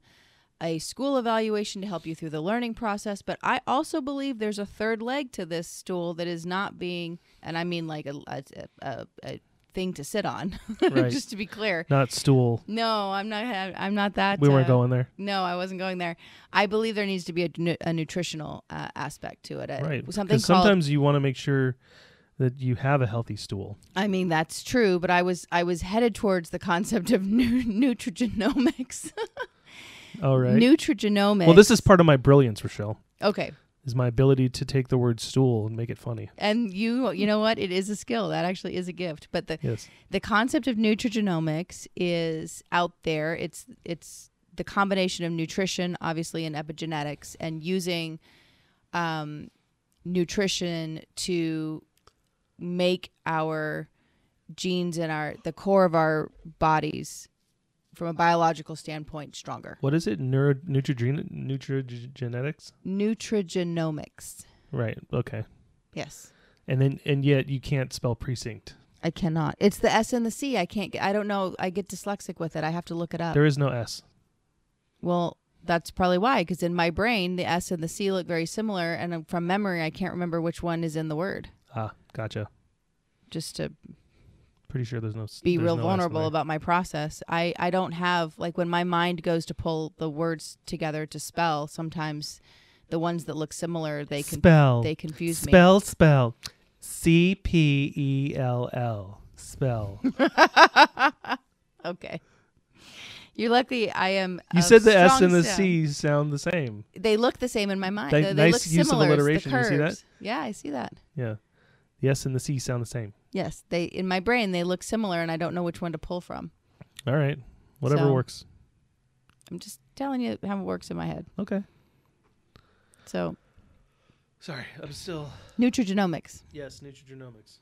S4: a school evaluation to help you through the learning process. But I also believe there's a third leg to this stool that is not being, and I mean like a, a, a, a thing to sit on,
S1: Right.
S4: just to be clear.
S1: Not stool.
S4: No, I'm not. I'm not that.
S1: We weren't
S4: uh,
S1: going there.
S4: No, I wasn't going there. I believe there needs to be a, nu- a nutritional uh, aspect to it. Uh,
S1: Right.
S4: Something
S1: Because
S4: called
S1: sometimes you want to make sure that you have a healthy stool.
S4: I mean that's true, but I was I was headed towards the concept of nu- nutrigenomics.
S1: All right.
S4: Nutrigenomics.
S1: well, this is part of my brilliance, Rochelle,
S4: okay,
S1: is my ability to take the word stool and make it funny.
S4: and you you know what? It is a skill that actually is a gift. But the
S1: Yes.
S4: the concept of nutrigenomics is out there. It's it's the combination of nutrition, obviously, and epigenetics, and using um, nutrition to make our genes and our the core of our bodies from a biological standpoint stronger.
S1: What is it? Neuro nutrigen nutrigenetics.
S4: Nutrigenomics.
S1: Right. Okay.
S4: Yes.
S1: And then and yet you can't spell precinct.
S4: I cannot. It's the S and the C. I can't get I don't know. I get dyslexic with it. I have to look it up.
S1: There is no S.
S4: Well, that's probably why, because in my brain, the S and the C look very similar, and um, from memory, I can't remember which one is in the word.
S1: Ah, gotcha.
S4: Just to
S1: Pretty sure there's no. s-
S4: be
S1: there's
S4: real
S1: no S in
S4: vulnerable
S1: there.
S4: about my process, I I don't have like when my mind goes to pull the words together to spell. Sometimes the ones that look similar they can
S1: spell.
S4: they confuse me.
S1: spell spell C P E L L spell. You
S4: Okay. You're lucky I am. a
S1: said the S
S4: strong
S1: and the
S4: sound.
S1: C sound the same.
S4: They look the same in my mind.
S1: Thank-
S4: They, they
S1: nice
S4: look
S1: use of
S4: similar. It's
S1: alliteration.
S4: the
S1: You see that?
S4: curves. Yeah, I see that.
S1: Yeah. The S and the C sound the same.
S4: Yes, they in my brain they look similar, and I don't know which one to pull from.
S1: All right. Whatever
S4: So-
S1: works.
S4: I'm just telling you how it works in my head.
S1: Okay.
S4: So
S1: Sorry, I'm still
S4: nutrigenomics
S1: yes, nutrigenomics.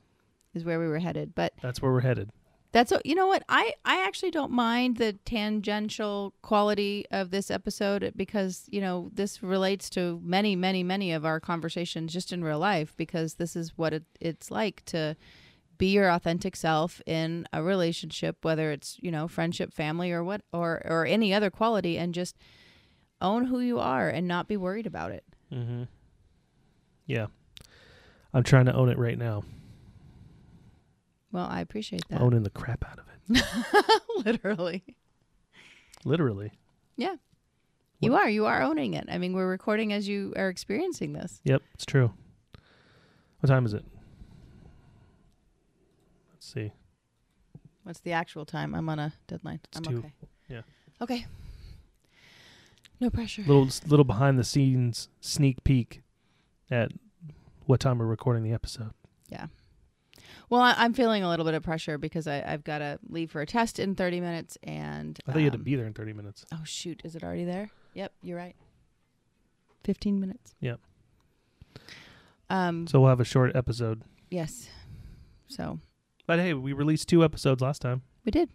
S4: is where we were headed, but
S1: That's where we're headed.
S4: that's a- you know what I I actually don't mind the tangential quality of this episode eh, because you know this relates to many many many of our conversations just in real life because this is what it, it's like to be your authentic self in a relationship whether it's you know friendship family or what or or any other quality and just own who you are and not be worried about it
S1: Mm-hmm. Yeah. I'm trying to own it right now.
S4: well i appreciate that
S1: Owning the crap out of it.
S4: literally
S1: Literally.
S4: Yeah. You are. You are owning it. I mean, we're recording as you are experiencing this.
S1: Yep, it's true. What time is it? Let's see.
S4: What's the actual time? I'm on a deadline.
S1: It's
S4: I'm
S1: two.
S4: okay.
S1: Yeah.
S4: Okay. No pressure.
S1: Little little behind the scenes sneak peek at what time we're recording the episode.
S4: Well, I, I'm feeling a little bit of pressure because I, I've got to leave for a test in 30 minutes, and
S1: I thought you had to
S4: um,
S1: be there in 30 minutes.
S4: Oh shoot! Is it already there? Yep, you're right. 15 minutes.
S1: Yep.
S4: Um.
S1: So we'll have a short episode.
S4: yes. So
S1: But hey, we released two episodes last time.
S4: we did.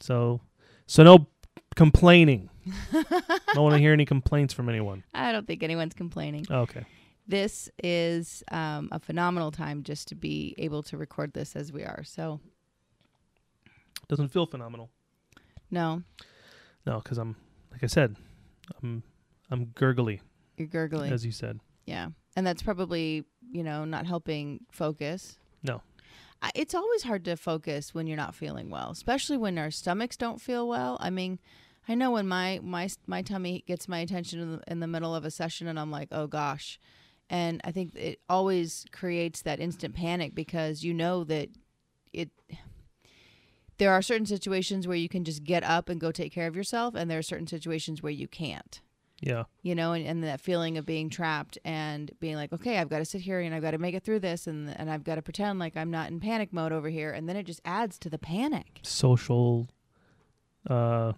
S1: So so no complaining. don't want to hear any complaints from anyone. Oh,
S4: I don't think anyone's complaining.
S1: Okay.
S4: This is um, a phenomenal time just to be able to record this as we are. So
S1: Doesn't feel phenomenal.
S4: no,
S1: No, cuz I'm like I said, I'm I'm gurgly
S4: you're gurgling.
S1: as you said.
S4: Yeah. And that's probably, you know, not helping focus.
S1: No.
S4: I- It's always hard to focus when you're not feeling well, especially when our stomachs don't feel well. I mean, I know when my my my tummy gets my attention in the, in the middle of a session and I'm like, "Oh gosh." And I think it always creates that instant panic because you know that it there are certain situations where you can just get up and go take care of yourself and there are certain situations where you can't
S1: Yeah.
S4: you know, and, and that feeling of being trapped and being like, okay, I've got to sit here and I've got to make it through this and, and I've got to pretend like I'm not in panic mode over here. And then it just adds to the panic.
S1: Social uh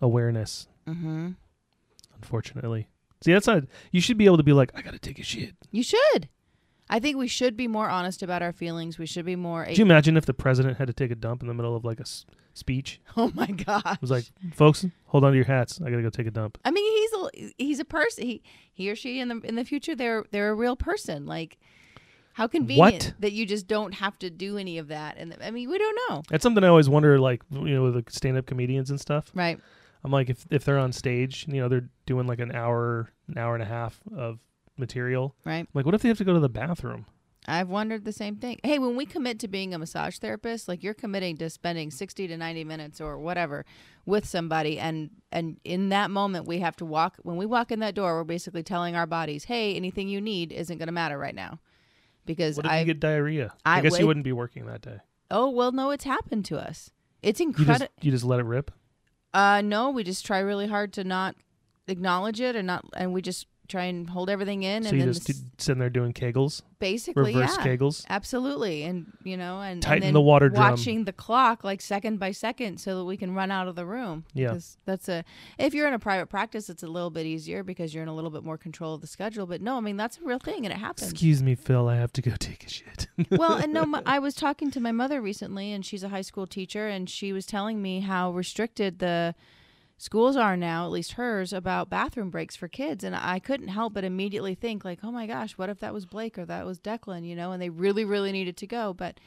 S1: awareness,
S4: Mm-hmm.
S1: unfortunately. See, that's not you should be able to be like, I gotta take a shit.
S4: You should. I think we should be more honest about our feelings. We should be more.
S1: Could you imagine if the president had to take a dump in the middle of like a s- speech?
S4: oh my God.
S1: It was like, folks, hold on to your hats. I gotta go take a dump.
S4: I mean, he's a he's a person. He he or she in the in the future they're they're a real person. Like, how convenient
S1: What?
S4: that you just don't have to do any of that. And I mean, we don't know,
S1: That's something I always wonder, like you know, with like stand-up comedians and stuff.
S4: right?
S1: I'm like, if if they're on stage, you know, they're doing like an hour, an hour and a half of material.
S4: Right.
S1: like, what if they have to go to the bathroom?
S4: I've wondered the same thing. Hey, when we commit to being a massage therapist, like you're committing to spending 60 to 90 minutes or whatever with somebody and and in that moment we have to walk when we walk in that door, we're basically telling our bodies, "Hey, anything you need isn't going to matter right now." Because
S1: What if
S4: I
S1: you get diarrhea? I,
S4: I
S1: guess you
S4: would-
S1: wouldn't be working that day.
S4: Oh, well, no, it's happened to us. It's
S1: You just
S4: incredible.
S1: you just let it rip.
S4: Uh no, we just try really hard to not acknowledge it and not and we just try and hold everything in
S1: So
S4: and
S1: you
S4: then
S1: just
S4: this-
S1: d- sitting there doing kegels,
S4: basically
S1: reverse
S4: yeah.
S1: kegels.
S4: Absolutely, and you know, and and
S1: Tighten
S4: then
S1: the water drum.
S4: Watching the clock like second by second, so that we can run out of the room.
S1: Yeah.
S4: 'Cause that's a. If you're in a private practice, it's a little bit easier because you're in a little bit more control of the schedule. But no, I mean that's a real thing, and it happens.
S1: Excuse me, Phil. I have to go take a shit.
S4: well, and no, my, I was talking to my mother recently, and she's a high school teacher, and she was telling me how restricted the schools are now, at least hers, about bathroom breaks for kids. And I couldn't help but immediately think, like, oh my gosh, what if that was Blake or that was Declan, you know, and they really, really needed to go. But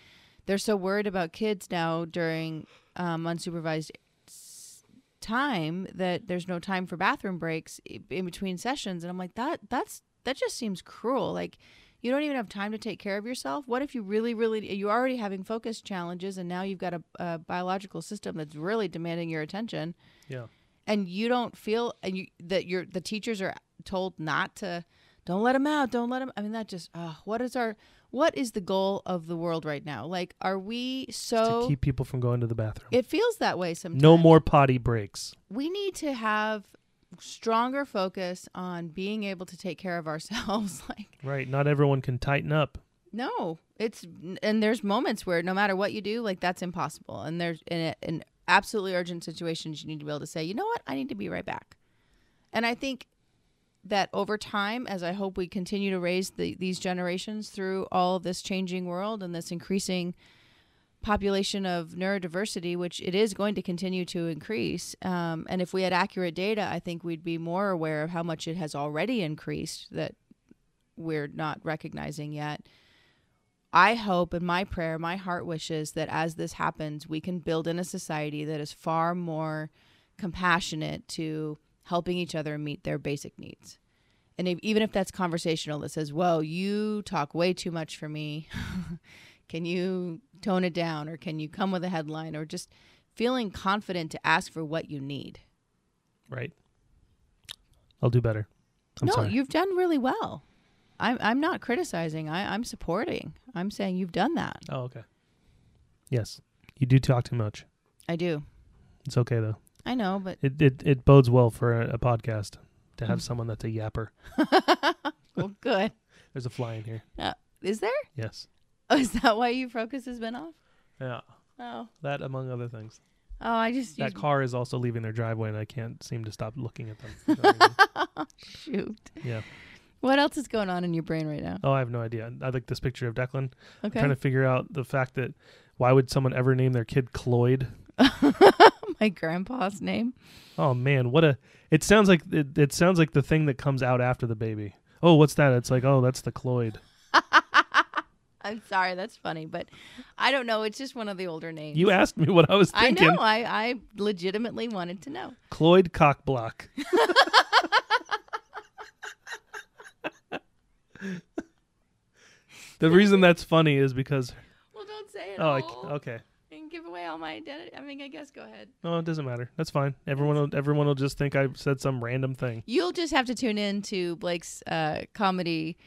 S4: they're so worried about kids now during um, unsupervised s- time that there's no time for bathroom breaks i- in between sessions. And I'm like, that, that's, that just seems cruel. Like, you don't even have time to take care of yourself. What if you really, really, you're already having focus challenges and now you've got a, a biological system that's really demanding your attention
S1: yeah.
S4: and you don't feel and you that you're the teachers are told not to don't let them out don't let them i mean that just uh, what is our what is the goal of the world right now like are we
S1: to
S4: so
S1: keep people from going to the bathroom.
S4: it feels that way sometimes
S1: no more potty breaks.
S4: we need to have stronger focus on being able to take care of ourselves like
S1: Right. Not everyone can tighten up.
S4: No, it's and there's moments where no matter what you do, like that's impossible. And there's in, in absolutely urgent situations, you need to be able to say, you know what, I need to be right back. And I think that over time, as I hope we continue to raise the, these generations through all this changing world and this increasing population of neurodiversity, which it is going to continue to increase. Um, and if we had accurate data, I think we'd be more aware of how much it has already increased that we're not recognizing yet. I hope and my prayer, my heart wishes that as this happens, we can build in a society that is far more compassionate to helping each other meet their basic needs. And if, even if that's conversational, that says, Whoa, you talk way too much for me. can you tone it down? Or can you come with a headline? Or just feeling confident to ask for what you need.
S1: Right. I'll do better. I'm
S4: no,
S1: sorry.
S4: you've done really well. I'm I'm not criticizing. I, I'm supporting. I'm saying you've done that.
S1: oh, okay. Yes, you do talk too much.
S4: I do.
S1: It's okay though.
S4: I know, but
S1: It it, it bodes well for a, a podcast to
S4: Mm.
S1: have someone that's a yapper.
S4: well, good.
S1: There's a fly in here.
S4: Uh, is there?
S1: Yes.
S4: Oh, is that why your focus has been off?
S1: Yeah.
S4: Oh,
S1: That among other things.
S4: oh, I just
S1: That
S4: used,
S1: car is also leaving their driveway, and I can't seem to stop looking at them. You know what I mean?
S4: shoot.
S1: yeah.
S4: What else is going on in your brain right now?
S1: Oh, I have no idea. I like this picture of Declan.
S4: Okay,
S1: Trying to figure out the fact that why would someone ever name their kid Cloyd?
S4: my grandpa's name.
S1: Oh man, what a! It sounds like it, it sounds like the thing that comes out after the baby. Oh, what's that? It's like oh, that's the Cloyd.
S4: I'm sorry, that's funny, but I don't know. It's just one of the older names.
S1: You asked me what I was
S4: I
S1: thinking.
S4: know. I I legitimately wanted to know.
S1: Cloyd Cockblock. the reason that's funny is because
S4: Well, don't say it
S1: oh, I c
S4: all
S1: okay.
S4: and give away all my identity. I mean, I guess go ahead.
S1: No, it doesn't matter. That's fine. Everyone will everyone will just think I said some random thing.
S4: You'll just have to tune in to Blake's uh, comedy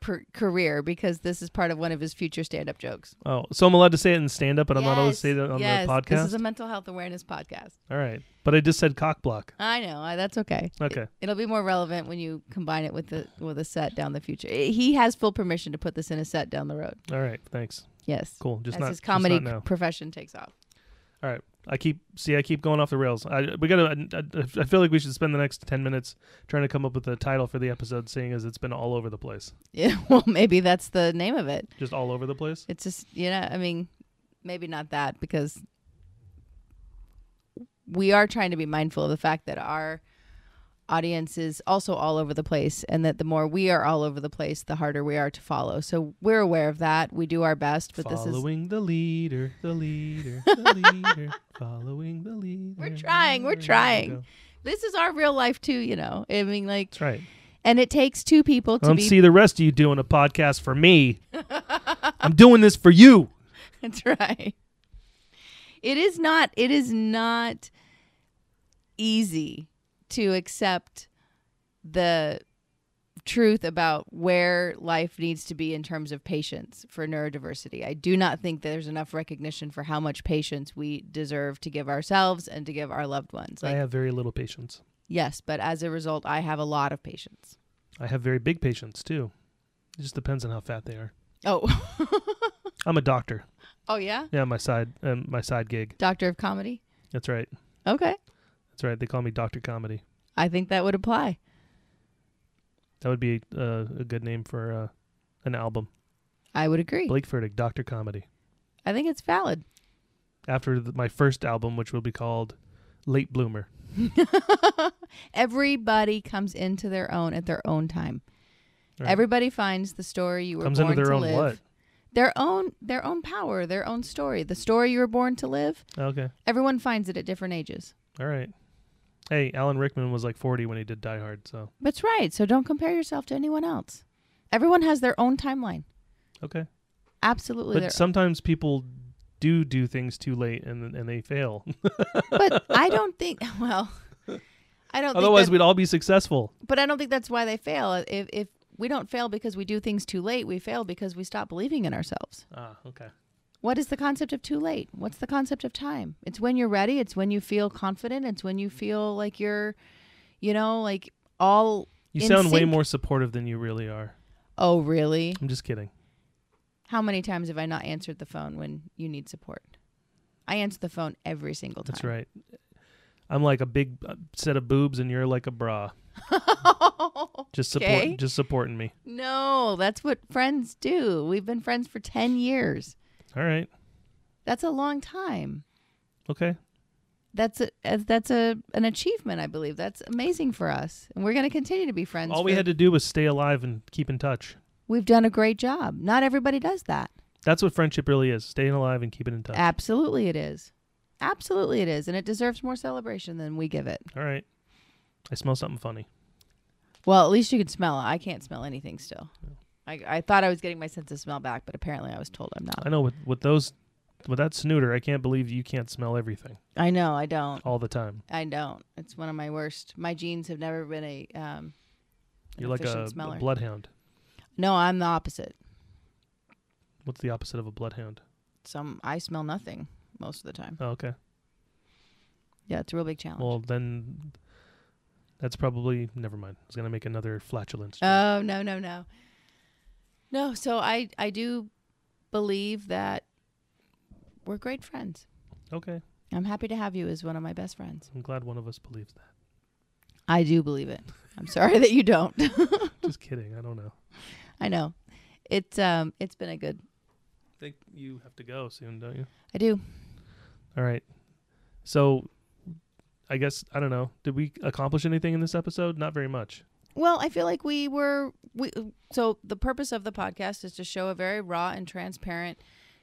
S4: per- career because this is part of one of his future stand-up jokes.
S1: Oh, so I'm allowed to say it in stand up, but I'm not allowed to say it on
S4: yes.
S1: the podcast.
S4: This is a mental health awareness podcast.
S1: All right, but I just said cockblock.
S4: I know. I, that's okay.
S1: Okay.
S4: It, will be more relevant when you combine it with the with a set down the future. I- he has full permission to put this in a set down the road.
S1: All right, thanks.
S4: Yes.
S1: Cool. Just
S4: As
S1: not
S4: his comedy
S1: Just not now.
S4: profession takes off.
S1: All right. I keep see. I keep going off the rails. I we gotta. I, I feel like we should spend the next ten minutes trying to come up with a title for the episode, seeing as it's been all over the place.
S4: Yeah, well, maybe that's the name of it.
S1: Just all over the place.
S4: It's just you know, I mean, maybe not that because we are trying to be mindful of the fact that our audience is also all over the place and that the more we are all over the place the harder we are to follow so we're aware of that we do our best but this is
S1: following the leader, the leader, the leader, following the leader.
S4: We're trying, we're
S1: There you
S4: trying.
S1: go.
S4: this is our real life too you know i mean like
S1: That's right.
S4: and it takes two people
S1: I
S4: to
S1: don't
S4: be
S1: Um, see the rest of you doing a podcast for me. I'm doing this for you.
S4: That's right. It is not it is not easy to accept the truth about where life needs to be in terms of patience for neurodiversity. I do not think there's enough recognition for how much patience we deserve to give ourselves and to give our loved ones.
S1: I
S4: Like
S1: have very little patience.
S4: yes, but as a result I have a lot of patience.
S1: I have very big patients too. It just depends on how fat they are.
S4: Oh.
S1: I'm a doctor.
S4: oh yeah.
S1: Yeah, my side um, my side gig.
S4: Doctor of comedy.
S1: That's right.
S4: Okay.
S1: That's right. They call me Doctor Comedy.
S4: I think that would apply.
S1: That would be uh, a good name for uh, an album.
S4: I would agree.
S1: Blake Furtick, Doctor Comedy.
S4: I think it's valid.
S1: After th my first album, which will be called Late Bloomer.
S4: Everybody comes into their own at their own time.
S1: Right.
S4: Everybody finds the story you were
S1: Comes
S4: born
S1: into their
S4: to
S1: own
S4: live.
S1: what?
S4: Their own their own power, their own story, the story you were born to live.
S1: Okay.
S4: Everyone finds it at different ages.
S1: All right. Hey, Alan Rickman was like 40 when he did Die Hard, so
S4: That's right. So don't compare yourself to anyone else. Everyone has their own timeline.
S1: okay.
S4: Absolutely. their-
S1: But sometimes people do do things too late and and they fail.
S4: but I don't think well I don't
S1: Otherwise,
S4: think that-
S1: we'd all be successful.
S4: but I don't think that's why they fail. If if we don't fail because we do things too late, we fail because we stop believing in ourselves.
S1: Ah, okay.
S4: What is the concept of too late? What's the concept of time? It's when you're ready. It's when you feel confident. It's when you feel like you're, you know, like all.
S1: You
S4: in
S1: sound way
S4: sync.
S1: more supportive than you really are.
S4: Oh, really?
S1: I'm just kidding.
S4: How many times have I not answered the phone when you need support? I answer the phone every single time.
S1: That's right. I'm like a big uh, set of boobs, and you're like a bra. Just support,
S4: Okay.
S1: just supporting me.
S4: No, that's what friends do. We've been friends for 10 years.
S1: All right,
S4: That's a long time.
S1: okay.
S4: That's a that's a an achievement, I believe. That's amazing for us, and we're going to continue to be friends.
S1: All we
S4: for-
S1: had to do was stay alive and keep in touch.
S4: We've done a great job. Not everybody does that.
S1: That's what friendship really is: staying alive and keeping in touch.
S4: Absolutely, it is. Absolutely, it is. And it deserves more celebration than we give it.
S1: All right. I smell something funny.
S4: Well, at least you can smell it. I can't smell anything still. I, I thought I was getting my sense of smell back, but apparently I was told I'm not.
S1: I know what what those without snooter, I can't believe you can't smell everything
S4: I know. I don't.
S1: all the time.
S4: I don't. It's one of my worst. My genes have never been a. Um, an
S1: You're like
S4: efficient
S1: a, a
S4: smeller.
S1: bloodhound.
S4: No, I'm the opposite.
S1: What's the opposite of a bloodhound?
S4: Some I smell nothing most of the time.
S1: Oh, okay.
S4: Yeah, it's a real big challenge.
S1: Well, then that's probably never mind. I was gonna make another flatulence. joke.
S4: Oh no no no. No, so I I do believe that we're great friends.
S1: okay,
S4: I'm happy to have you as one of my best friends.
S1: I'm glad one of us believes that.
S4: I do believe it. I'm sorry that you don't.
S1: Just kidding. I don't know.
S4: I know. It's um it's been a good.
S1: I think you have to go soon, don't you?
S4: I do.
S1: All right. So, I guess I don't know. Did we accomplish anything in this episode? Not very much.
S4: Well, I feel like we were we so the purpose of the podcast is to show a very raw and transparent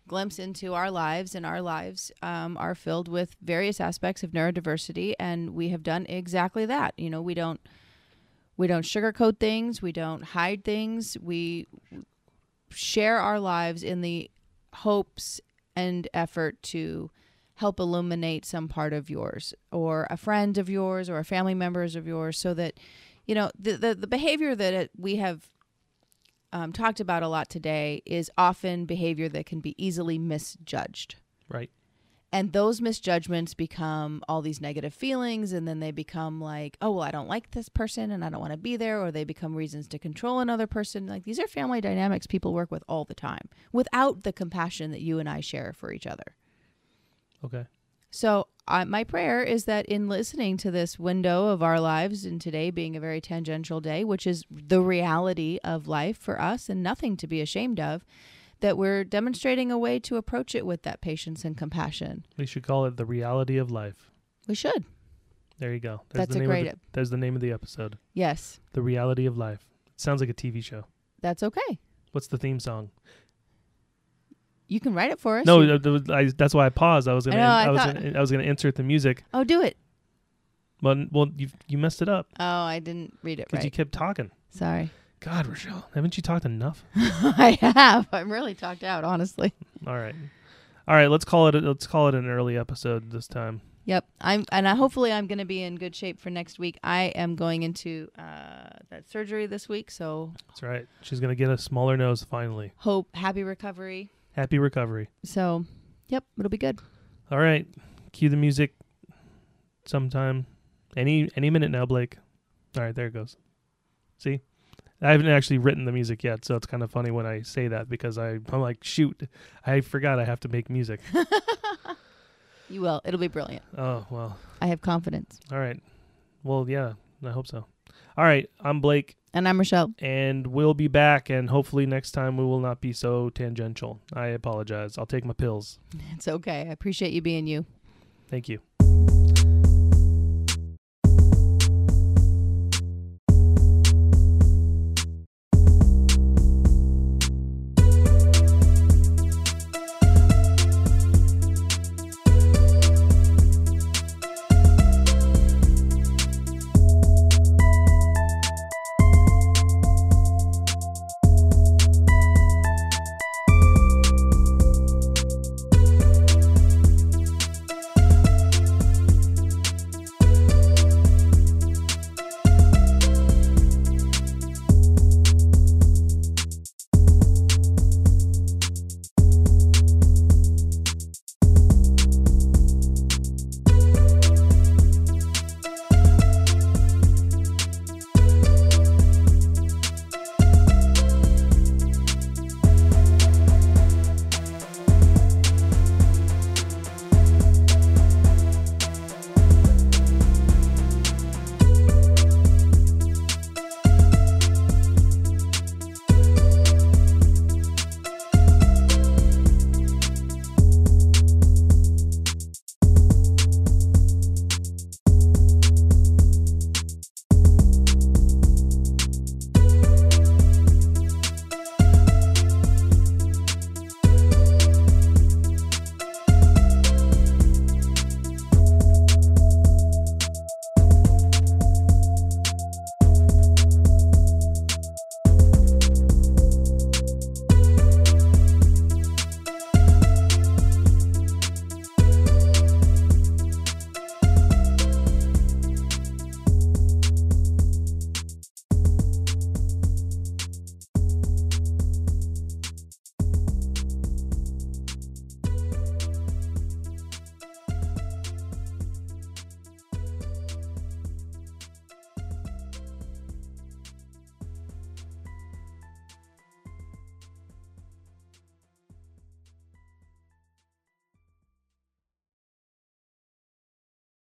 S4: glimpse into our lives and our lives um, are filled with various aspects of neurodiversity and we have done exactly that you know we don't we don't sugarcoat things we don't hide things we share our lives in the hopes and effort to help illuminate some part of yours or a friend of yours or a family members of yours so that you know the the, the behavior that it, we have um, talked about a lot today is often behavior that can be easily misjudged
S1: Right.
S4: and those misjudgments become all these negative feelings and then they become like oh well i don't like this person and i don't want to be there or they become reasons to control another person like these are family dynamics people work with all the time without the compassion that you and i share for each other
S1: Okay.
S4: so, I, my prayer is that in listening to this window of our lives and today being a very tangential day, which is the reality of life for us and nothing to be ashamed of, that we're demonstrating a way to approach it with that patience and compassion.
S1: We should call it the reality of life.
S4: We should.
S1: There you go. the
S4: That's a
S1: name of
S4: great
S1: the-
S4: ep-
S1: There's the name of the episode.
S4: Yes,
S1: The reality of life. sounds like a TV show.
S4: that's okay.
S1: What's the theme song?
S4: You can write it for us.
S1: No,
S4: You-
S1: uh, there was- I, that's why I paused. I was gonna,
S4: I know,
S1: I,
S4: I
S1: was,
S4: thought-
S1: gonna, I was gonna insert the music,
S4: oh, do it.
S1: but well, you you messed it up
S4: Oh, I didn't read it
S1: because
S4: right.
S1: you kept talking.
S4: Sorry.
S1: God, Rochelle, haven't you talked enough?
S4: I have. I'm really talked out, honestly.
S1: All right, all right. Let's call it. a- Let's call it an early episode this time.
S4: Yep. I'm and I, hopefully I'm going to be in good shape for next week. I am going into uh, that surgery this week, so
S1: That's right. She's gonna get a smaller nose finally.
S4: hope happy recovery.
S1: Happy recovery.
S4: So, yep, it'll be good.
S1: All right, cue the music. Sometime, any any minute now, Blake. All right, there it goes. See, I haven't actually written the music yet, so it's kind of funny when I say that because I I'm like, shoot, I forgot I have to make music.
S4: You will. It'll be brilliant.
S1: oh well.
S4: I have confidence.
S1: All right. Well, yeah, I hope so. All right, I'm Blake,
S4: And I'm Rochelle.
S1: and we'll be back, and hopefully next time we will not be so tangential. I apologize. I'll take my pills.
S4: It's okay. I appreciate you being you.
S1: Thank you.